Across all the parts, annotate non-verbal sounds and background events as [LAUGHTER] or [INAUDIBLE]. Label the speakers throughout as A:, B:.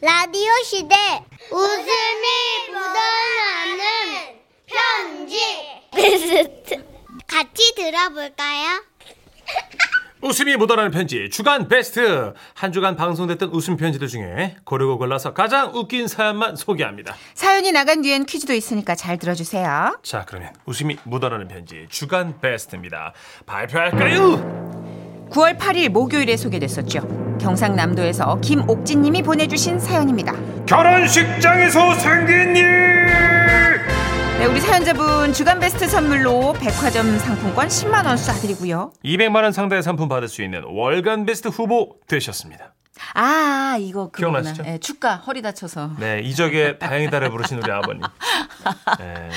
A: 라디오 시대 웃음이 묻어나는 편지 베스트 같이 들어볼까요?
B: 웃음이 묻어나는 편지 주간 베스트 한 주간 방송됐던 웃음 편지들 중에 고르고 골라서 가장 웃긴 사연만 소개합니다.
C: 사연이 나간 뒤엔 퀴즈도 있으니까 잘 들어주세요.
B: 자 그러면 웃음이 묻어나는 편지 주간 베스트입니다. 발표할까요?
C: 9월 8일 목요일에 소개됐었죠. 경상남도에서 김옥진님이 보내주신 사연입니다. 네,
B: 결혼식장에서 생긴 일.
C: 네, 우리 사연자분 주간 베스트 선물로 백화점 상품권 10만 원 쏴드리고요.
B: 200만 원 상당의 상품 받을 수 있는 월간 베스트 후보 되셨습니다.
C: 아 이거 그거구나.
B: 기억나시죠?
C: 예, 축가 허리 다쳐서
B: 네 이적의 다행이다를 부르신 우리 아버님. 네.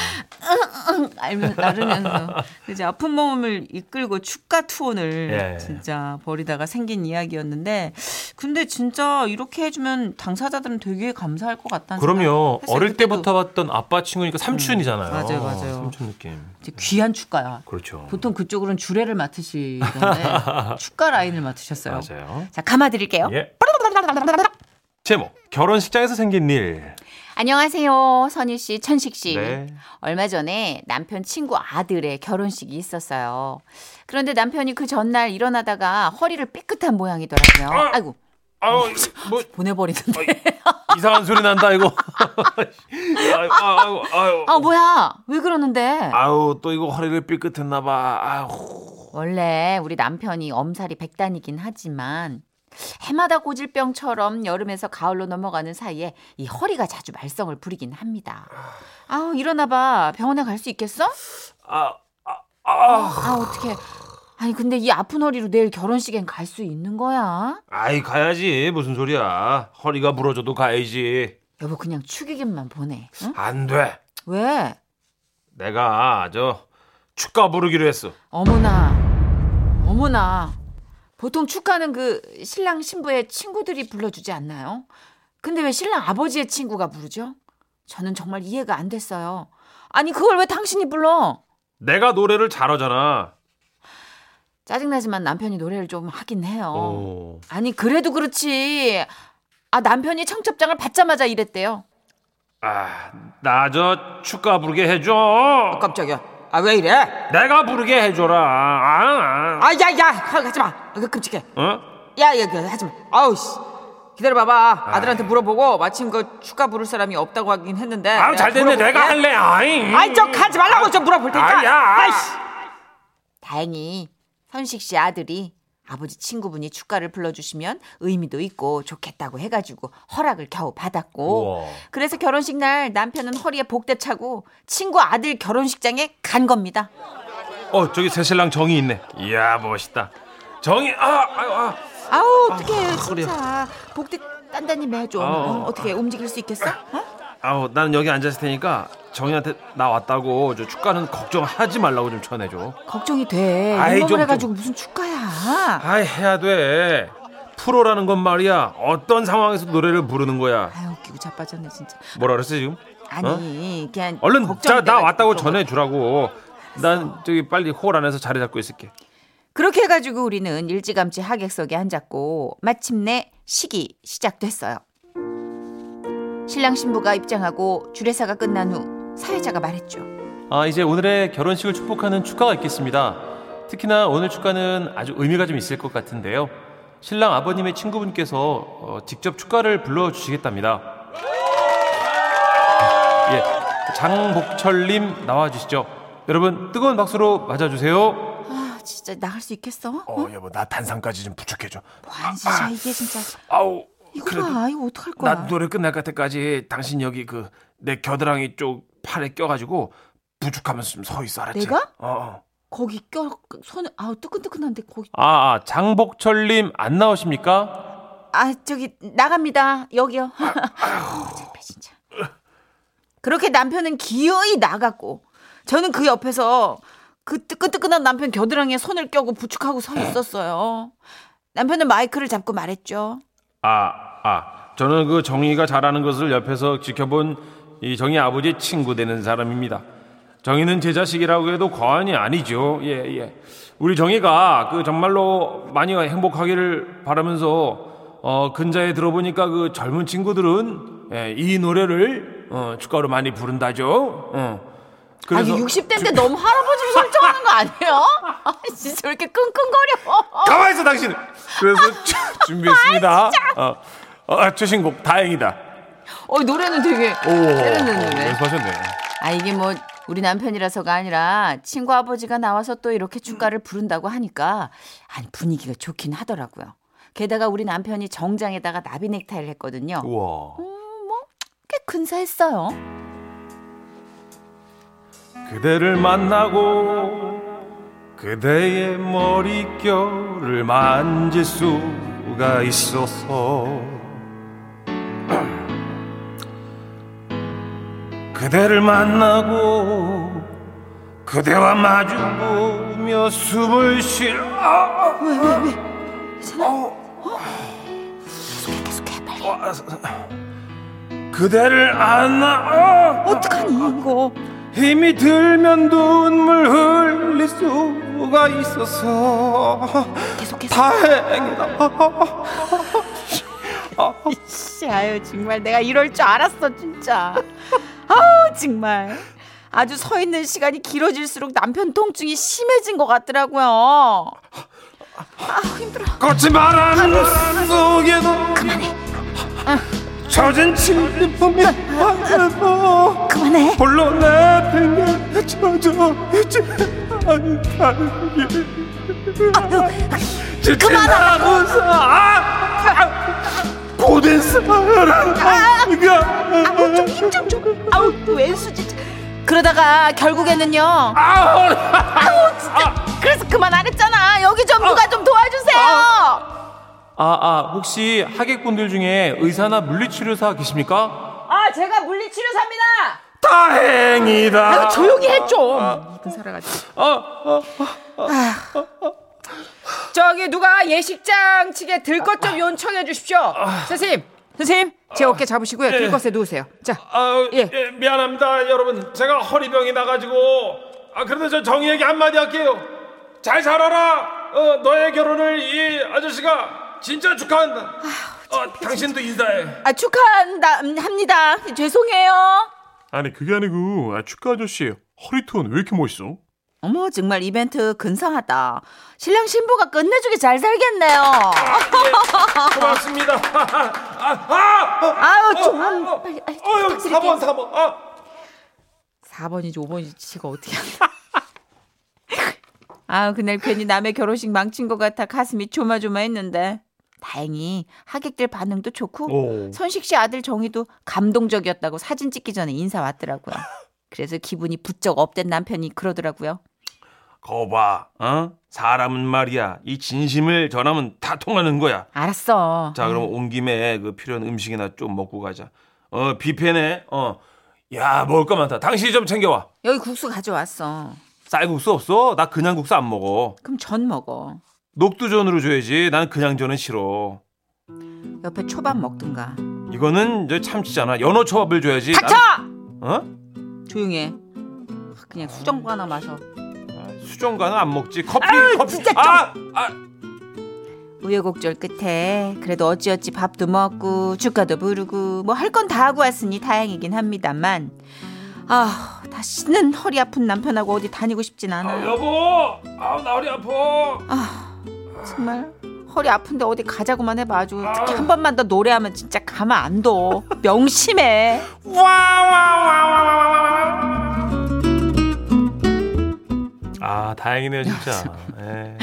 C: 알면 나르면서 이제 아픈 몸을 이끌고 축가 투혼을
B: 예.
C: 진짜 벌이다가 생긴 이야기였는데 근데 진짜 이렇게 해주면 당사자들은 되게 감사할 것 같다는
B: 그럼요.
C: 생각. 사실
B: 어릴
C: 그때도 음,
B: 때부터 봤던 아빠 친구니까 삼촌이잖아요.
C: 맞아요, 맞아요.
B: 삼촌 느낌.
C: 이제 귀한 축가야.
B: 그렇죠.
C: 보통 그쪽으로는 주례를
B: [LAUGHS]
C: 맡으시던데 축가 라인을 맡으셨어요.
B: 맞아요.
C: 자 감아드릴게요.
B: 예. 제목 결혼식장에서 생긴 일.
D: 안녕하세요. 선희 씨, 천식
C: 예.
D: 씨.
B: 네.
D: 얼마 전에 남편 친구 아들의 결혼식이 있었어요. 그런데 남편이 그 전날 일어나다가 허리를 삐끗한 모양이더라고요.
B: 아!
D: 아이고,
B: 아유 뭐
D: 보내버리는데.
B: 이상한 소리 난다 이거. [LAUGHS] 아유 아유 아유.
D: 아, 뭐야. 왜 그러는데?
B: 아유 또 이거 허리를 삐끗했나봐. 아유.
D: 원래 우리 남편이 엄살이 백단이긴 하지만 해마다 고질병처럼 여름에서 가을로 넘어가는 사이에 이 허리가 자주 말썽을 부리긴 합니다. 아우, 일어나봐. 병원에 갈 수 있겠어?
B: 아. 아, 아,
D: 아, 어떡해. 아니, 근데 이 아픈 허리로 내일 결혼식엔 갈 수 있는 거야?
B: 아이 가야지 무슨 소리야 허리가 부러져도 가야지
D: 여보 그냥 축의금만 보내. 응?
B: 안돼
D: 왜?
B: 내가 저 축가 부르기로 했어
D: 어머나, 어머나. 보통 축가는 그 신랑 신부의 친구들이 불러주지 않나요? 근데 왜 신랑 아버지의 친구가 부르죠? 저는 정말 이해가 안 됐어요. 아니 그걸 왜 당신이 불러?
B: 내가 노래를 잘하잖아
D: 짜증나지만 남편이 노래를 좀 하긴
C: 어.
D: 해요.
B: 오.
D: 아니 그래도 그렇지. 아 남편이 청첩장을 받자마자 이랬대요.
B: 아, 나 저 축가 부르게 해줘.
C: 깜짝이야. 아 왜 이래?
B: 내가 부르게 해줘라. 아, 아.
C: 아야야 하지 마. 아, 그 끔찍해.
B: 어?
C: 야, 야, 야, 하지 마. 아우, 씨. 기다려봐봐. 아들한테 물어보고 마침 그 축가 부를 사람이 없다고 하긴 했는데.
B: 아유, 잘 됐네.
C: 물어볼게.
B: 내가 할래. 예? 아이. 그러니까,
C: 아이, 저 가지 말라고 좀 물어볼 테니까.
B: 아야.
C: 아이씨.
D: 다행히 선식 씨 아들이 아버지 친구분이 축가를 불러주시면 의미도 있고 좋겠다고 해가지고 허락을 겨우 받았고
B: 우와.
D: 그래서 결혼식 날 남편은 허리에 복대 차고 친구 아들 결혼식장에 간 겁니다.
B: 어, 저기 새신랑 정이 있네. 이야, 멋있다. 정이, 아, 아유, 아.
D: 아우 어떡해
B: 허리야.
D: 진짜 복대 단단히 매줘
B: 아,
D: 어,
B: 아.
D: 어떻게 움직일 수 있겠어? 어?
B: 아우, 나는 여기 앉았을 테니까 정이한테 나 왔다고 저 축가는 걱정하지 말라고 좀 전해줘.
D: 걱정이 돼
B: 아이, 좀,
D: 이놈을
B: 좀.
D: 해가지고 무슨 축가야
B: 아이, 해야 돼. 프로라는 건 말이야. 어떤 상황에서 노래를 부르는 거야.
D: 아유 웃기고 자빠졌네 진짜
B: 뭐라 그랬어, 지금?
D: 아니 그냥
B: 얼른 자 나
D: 걱정돼가지고
B: 왔다고
D: 그런 거.
B: 전해주라고 난 저기 빨리 홀 안에서 자리 잡고 있을게
D: 그렇게 해가지고 우리는 일찌감치 하객석에 앉았고 마침내 식이 시작됐어요. 신랑 신부가 입장하고 주례사가 끝난 후 사회자가 말했죠.
B: 아 이제 오늘의 결혼식을 축복하는 축가가 있겠습니다 특히나 오늘 축가는 아주 의미가 좀 있을 것 같은데요 신랑 아버님의 친구분께서 어, 직접 축가를 불러주시겠답니다 예 장복철님 나와주시죠 여러분 뜨거운 박수로 맞아주세요
D: 아 진짜 나갈 수 있겠어?
B: 어 여보 나 단상까지 좀 부축해줘
D: 와 진짜 이게 진짜
B: 아우
D: 이거 봐 이거 어떡할 거야?
B: 나 노래 끝날 때까지 당신 여기 그 내 겨드랑이 쪽 팔에 껴가지고 부축하면서 좀 서 있어 알았지?
D: 내가?
B: 어.
D: 거기 껴 손을 아우 뜨끈뜨끈한데 거기
B: 아, 아 장복철님 안 나오십니까?
D: 아 저기 나갑니다 여기요. 아우 창피 진짜. 그렇게 남편은 기어이 나갔고 저는 그 옆에서 그 뜨끈뜨끈한 남편 겨드랑이에 손을 껴고 부축하고 서 있었어요. 남편은 마이크를 잡고 말했죠.
B: 아, 아, 저는 그 정희가 잘하는 것을 옆에서 지켜본 이 정희 아버지 친구 되는 사람입니다. 정희는 제 자식이라고 해도 과언이 아니죠. 예, 예. 우리 정희가 그 정말로 많이 행복하기를 바라면서 어, 근자에 들어보니까 그 젊은 친구들은 예, 이 노래를 어, 축가로 많이 부른다죠. 어.
D: 아니 60대인데 너무 할아버지로 설정하는 거 아니에요? [LAUGHS] 아, 진짜 왜 이렇게 끙끙거려?
B: 가만 있어 아. 당신. 그래서 주- 준비했습니다. 어, 어, 최신곡 다행이다.
D: 어 노래는 되게 때렸는 노래.
B: 네, 연습하셨네.
D: 아 이게 뭐 우리 남편이라서가 아니라 친구 아버지가 나와서 또 이렇게 축가를 부른다고 하니까 아니 분위기가 좋긴 하더라고요. 게다가 우리 남편이 정장에다가 나비 넥타이를 했거든요.
B: 우와.
D: 꽤 근사했어요.
B: 그대를 만나고 그대의 머릿결을 만질 수가 있어서 그대를 만나고 그대와 마주보며 숨을 쉬어 왜왜왜
D: 계속해 빨리.
B: 그대를 안아 어,
D: 어떡하니 이거.
B: 힘이 들면 눈물 흘릴 수가 있어서
D: 계속해서.
B: 다행이다.
D: 씨, 아유 정말 내가 이럴 줄 알았어 진짜. 아우 정말. 아주 서 있는 시간이 길어질수록 남편 통증이 심해진 것 같더라고요. 어,
B: 거친 바람 속에도 젖은 침대 품에 안고
D: 아, 그만해.
B: 볼로 내 등에 젖어 있지 않다니
D: 아,
B: 지친다고서 아, 아, 고된
D: 아,
B: 사랑이가
D: 힘좀 좀. 아우 또 왼수지. 그러다가 결국에는요.
B: 아,
D: 아, 그래서 그만 안 했잖아. 여기 좀 누가 좀 도와주세요.
B: 아, 아, 혹시 하객분들 중에 의사나 물리치료사 계십니까?
D: 아, 제가 물리치료사입니다.
B: 다행이다.
D: 조용히 해 좀. 이쁜 살아가지고.
B: 어,
D: 저기 누가 예식장 측에 들것 좀 요청해 주십시오. 선생님, 선생님, 제 어깨 잡으시고요. 들것에 누우세요. 자,
B: 아,
D: 예.
B: 예. 미안합니다, 여러분. 제가 허리병이 나가지고. 아, 그래도 저 정희에게 한마디 할게요. 잘 살아라. 어, 너의 결혼을 이 아저씨가 진짜 축하한다. 어, 당신도 인사해.
D: 아, 축하한다 합니다. 죄송해요.
E: 아니 그게 아니고 아, 축가 아저씨 허리톤 왜 이렇게 멋있어?
D: 어머 정말 이벤트 근사하다. 신랑 신부가 끝내주게 잘 살겠네요.
B: 고맙습니다. [LAUGHS] 아, 아!
D: 아유
B: 어,
D: 좀
B: 어,
D: 빨리. 아유,
B: 어휴,
D: 부탁드릴게요.
B: 4번, 4번. 아,
D: 4번이지 5번이지가 어떻게 한다. [LAUGHS] 아 그날 괜히 남의 결혼식 망친 것 같아 가슴이 조마조마했는데 다행히 하객들 반응도 좋고 선식 씨 아들 정희도 감동적이었다고 사진 찍기 전에 인사 왔더라고요. 그래서 기분이 부쩍 업된 남편이 그러더라고요.
B: 거봐, 어? 사람은 말이야, 이 진심을 전하면 다 통하는 거야.
D: 알았어.
B: 자, 그럼 온 김에 그 필요한 음식이나 좀 먹고 가자. 어, 뷔페네. 어, 야, 먹을 거 많다. 당신이 좀 챙겨와.
D: 여기 국수 가져왔어.
B: 쌀국수 없어? 나 그냥 국수 안 먹어.
D: 그럼 전 먹어.
B: 녹두전으로 줘야지. 난 그냥 전은 싫어.
D: 옆에 초밥 먹든가.
B: 이거는 저 참치잖아. 연어 초밥을 줘야지.
D: 닥쳐!
B: 난- 어?
D: 조용해. 그냥 수정구 하나 마셔.
B: 어? 수정과는 안 먹지. 커피,
D: 아유,
B: 커피.
D: 진짜 좀-
B: 아, 아,
D: 우여곡절 끝에 그래도 어찌어찌 밥도 먹고 축가도 부르고 뭐 할 건 다 하고 왔으니 다행이긴 합니다만 아 다시는 허리 아픈 남편하고 어디 다니고 싶진 않아요.
B: 여보, 아우 나리 아파.
D: 정말 허리 아픈데 어디 가자고만 해봐 아주 특히 한 번만 더 노래하면 진짜 가만 안 둬. 명심해.
B: 아, 다행이네요, 진짜. 예.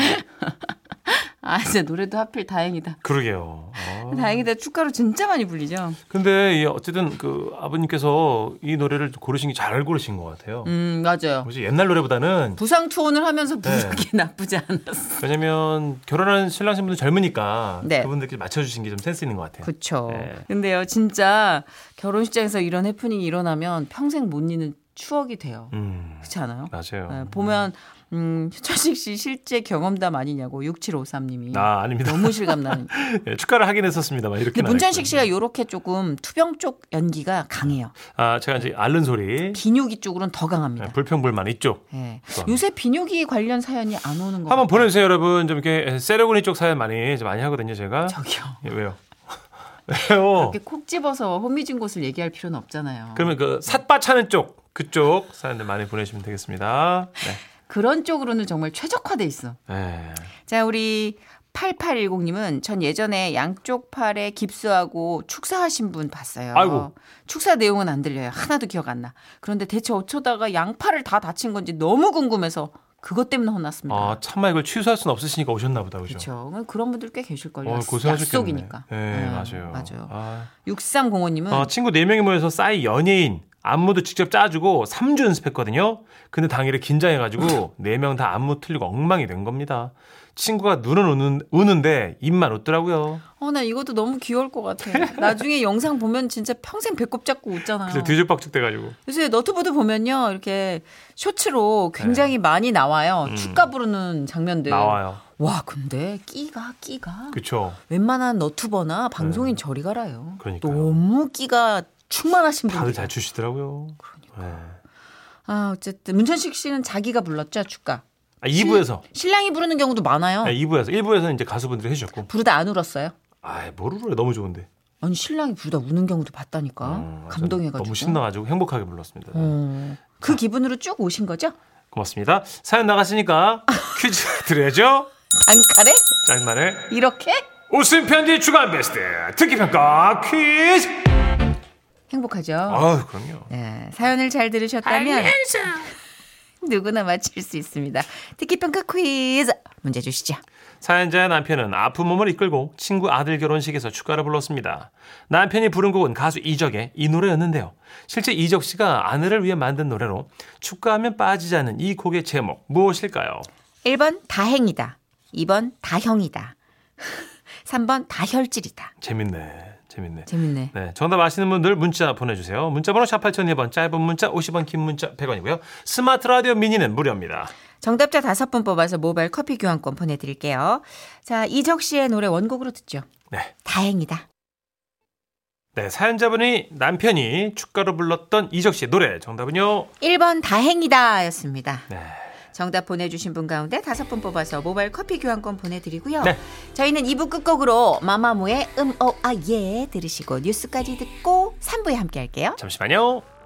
C: 아 진짜 노래도 하필 다행이다.
B: 그러게요. 어.
C: 다행이다. 축가로 진짜 많이 불리죠.
B: 근데 이 어쨌든 그 아버님께서 이 노래를 고르신 게 잘 고르신 것 같아요.
C: 음 맞아요.
B: 혹시 옛날 노래보다는
C: 부상 투혼을 하면서
B: 네.
C: 부르기 나쁘지 않았어.
B: 왜냐면 결혼한 신랑 신부들 젊으니까
C: 네.
B: 그분들께 맞춰주신 게 좀 센스 있는 것 같아요.
C: 그렇죠.
B: 네.
C: 근데요 진짜 결혼식장에서 이런 해프닝이 일어나면 평생 못 잊는 추억이 돼요.
B: 음,
C: 그렇지 않아요?
B: 맞아요.
C: 네, 보면 음, 천식 씨 실제 경험담 아니냐고 6753님이
B: 아, 아닙니다.
C: 너무 실감 나는.
B: [LAUGHS] 예, 축가를 하긴 했었습니다만 이렇게.
C: 근데 문천식 씨가 요렇게 조금 투병 쪽 연기가 강해요.
B: 아, 제가 이제 앓는 소리.
C: 비뇨기 쪽으로는 더 강합니다.
B: 예, 불평불만 있죠.
C: 예. 요새 비뇨기 관련 사연이 안 오는 거
B: 어, 한번
D: 그러니까.
C: 같아요.
B: 보내주세요, 여러분. 좀 이렇게 세레고니 쪽 사연 많이 좀 많이 하거든요, 제가.
C: 저기요.
B: 예, 왜요? [LAUGHS] 왜요?
D: 이렇게 콕 집어서 호미진 곳을 얘기할 필요는 없잖아요.
B: 그러면 그 삿바 차는 쪽 그쪽 사연들 많이 보내주시면 되겠습니다. 네.
D: 그런 쪽으로는 정말 최적화돼 있어.
B: 네.
D: 자, 우리 8810님은 전 예전에 양쪽 팔에 깁스하고 축사하신 분 봤어요.
B: 아이고.
D: 축사 내용은 안 들려요. 하나도 기억 안 나. 그런데 대체 어쩌다가 양팔을 다 다친 건지 너무 궁금해서 그것 때문에 혼났습니다.
B: 아 참마 이걸 취소할 수는 없으시니까 오셨나 보다 그죠?
D: 그러니까. 그렇죠. 그런 분들 꽤 계실걸요.
B: 어, 고생하셨겠네.
D: 약속이니까.
B: 네,
D: 음,
B: 맞아요.
D: 맞아요.
B: 아,
D: 6305님은
B: 어, 친구 4명이 모여서 싸이 연예인 안무도 직접 짜주고 3주 연습했거든요. 근데 당일에
D: [LAUGHS]
B: 긴장해가지고 4명 다 안무 틀리고 엉망이 된 겁니다. 친구가 눈은 우는, 우는데 입만 웃더라고요.
D: 어, 나 이것도 너무 귀여울 것 같아. 나중에 영상 보면 진짜 평생 배꼽 잡고 웃잖아요.
B: 그래서 뒤죽박죽 돼가지고.
D: 요새 너튜브도 보면요. 이렇게 쇼츠로 굉장히 많이 나와요.
B: 네. 음.
D: 축가 부르는 장면들.
B: 나와요.
D: 와, 근데 끼가 끼가
B: 그쵸.
D: 웬만한 너튜버나 방송인 저리 가라요.
B: 네. 그러니까요.
D: 너무 끼가 충만하신 분들.
B: 다들 잘 추시더라고요. 그러니까.
D: 아, 어쨌든 문천식 씨는 자기가 불렀죠, 축가.
B: 아, 2부에서.
D: 신랑이 부르는 경우도 많아요.
B: 아, 2부에서. 1부에서는 이제 가수분들이 해주셨고.
D: 부르다 안 울었어요.
B: 아, 뭘 울어요. 너무 좋은데.
D: 아니, 신랑이 부르다 우는 경우도 봤다니까.
B: 음, 완전
D: 어? 감동해 가지고.
B: 너무 신나가지고 행복하게 불렀습니다.
D: 어, 그 기분으로 쭉 오신 거죠?
B: 고맙습니다. 사연 나갔으니까 퀴즈 드려야죠.
D: 단칼에
B: 짤만의
D: 이렇게
B: 웃음 편지 주간 베스트 특기 평가 퀴즈.
D: 행복하죠.
B: 아, 그럼요.
D: 네, 사연을 잘 들으셨다면 누구나 맞힐 수 있습니다. 특기평가 퀴즈 문제 주시죠.
B: 사연자의 남편은 아픈 몸을 이끌고 친구 아들 결혼식에서 축가를 불렀습니다. 남편이 부른 곡은 가수 이적의 이 노래였는데요. 실제 이적 씨가 아내를 위해 만든 노래로 축가하면 빠지지 않은 이 곡의 제목 무엇일까요?
D: 1번 다행이다. 2번 다형이다. [LAUGHS] 3번 다혈질이다.
B: 재밌네. 재밌네.
D: 재밌네.
B: 네, 정답 아시는 분들 문자 보내주세요. 문자번호 샵 8001번, 짧은 문자 50원, 긴 문자 100원이고요. 스마트 라디오 미니는 무료입니다.
D: 정답자 5분 뽑아서 모바일 커피 교환권 보내드릴게요. 자, 이적 씨의 노래 원곡으로 듣죠.
B: 네.
D: 다행이다.
B: 네, 사연자분이 남편이 축가로 불렀던 이적 씨의 노래 정답은요.
D: 1번 다행이다 였습니다.
B: 네.
D: 정답 보내주신 분 가운데 다섯 분 뽑아서 모바일 커피 교환권 보내드리고요.
B: 네.
D: 저희는 2부 끝곡으로 마마무의 음, 어, 아, 예 들으시고 뉴스까지 듣고 3부에 함께 할게요.
B: 잠시만요.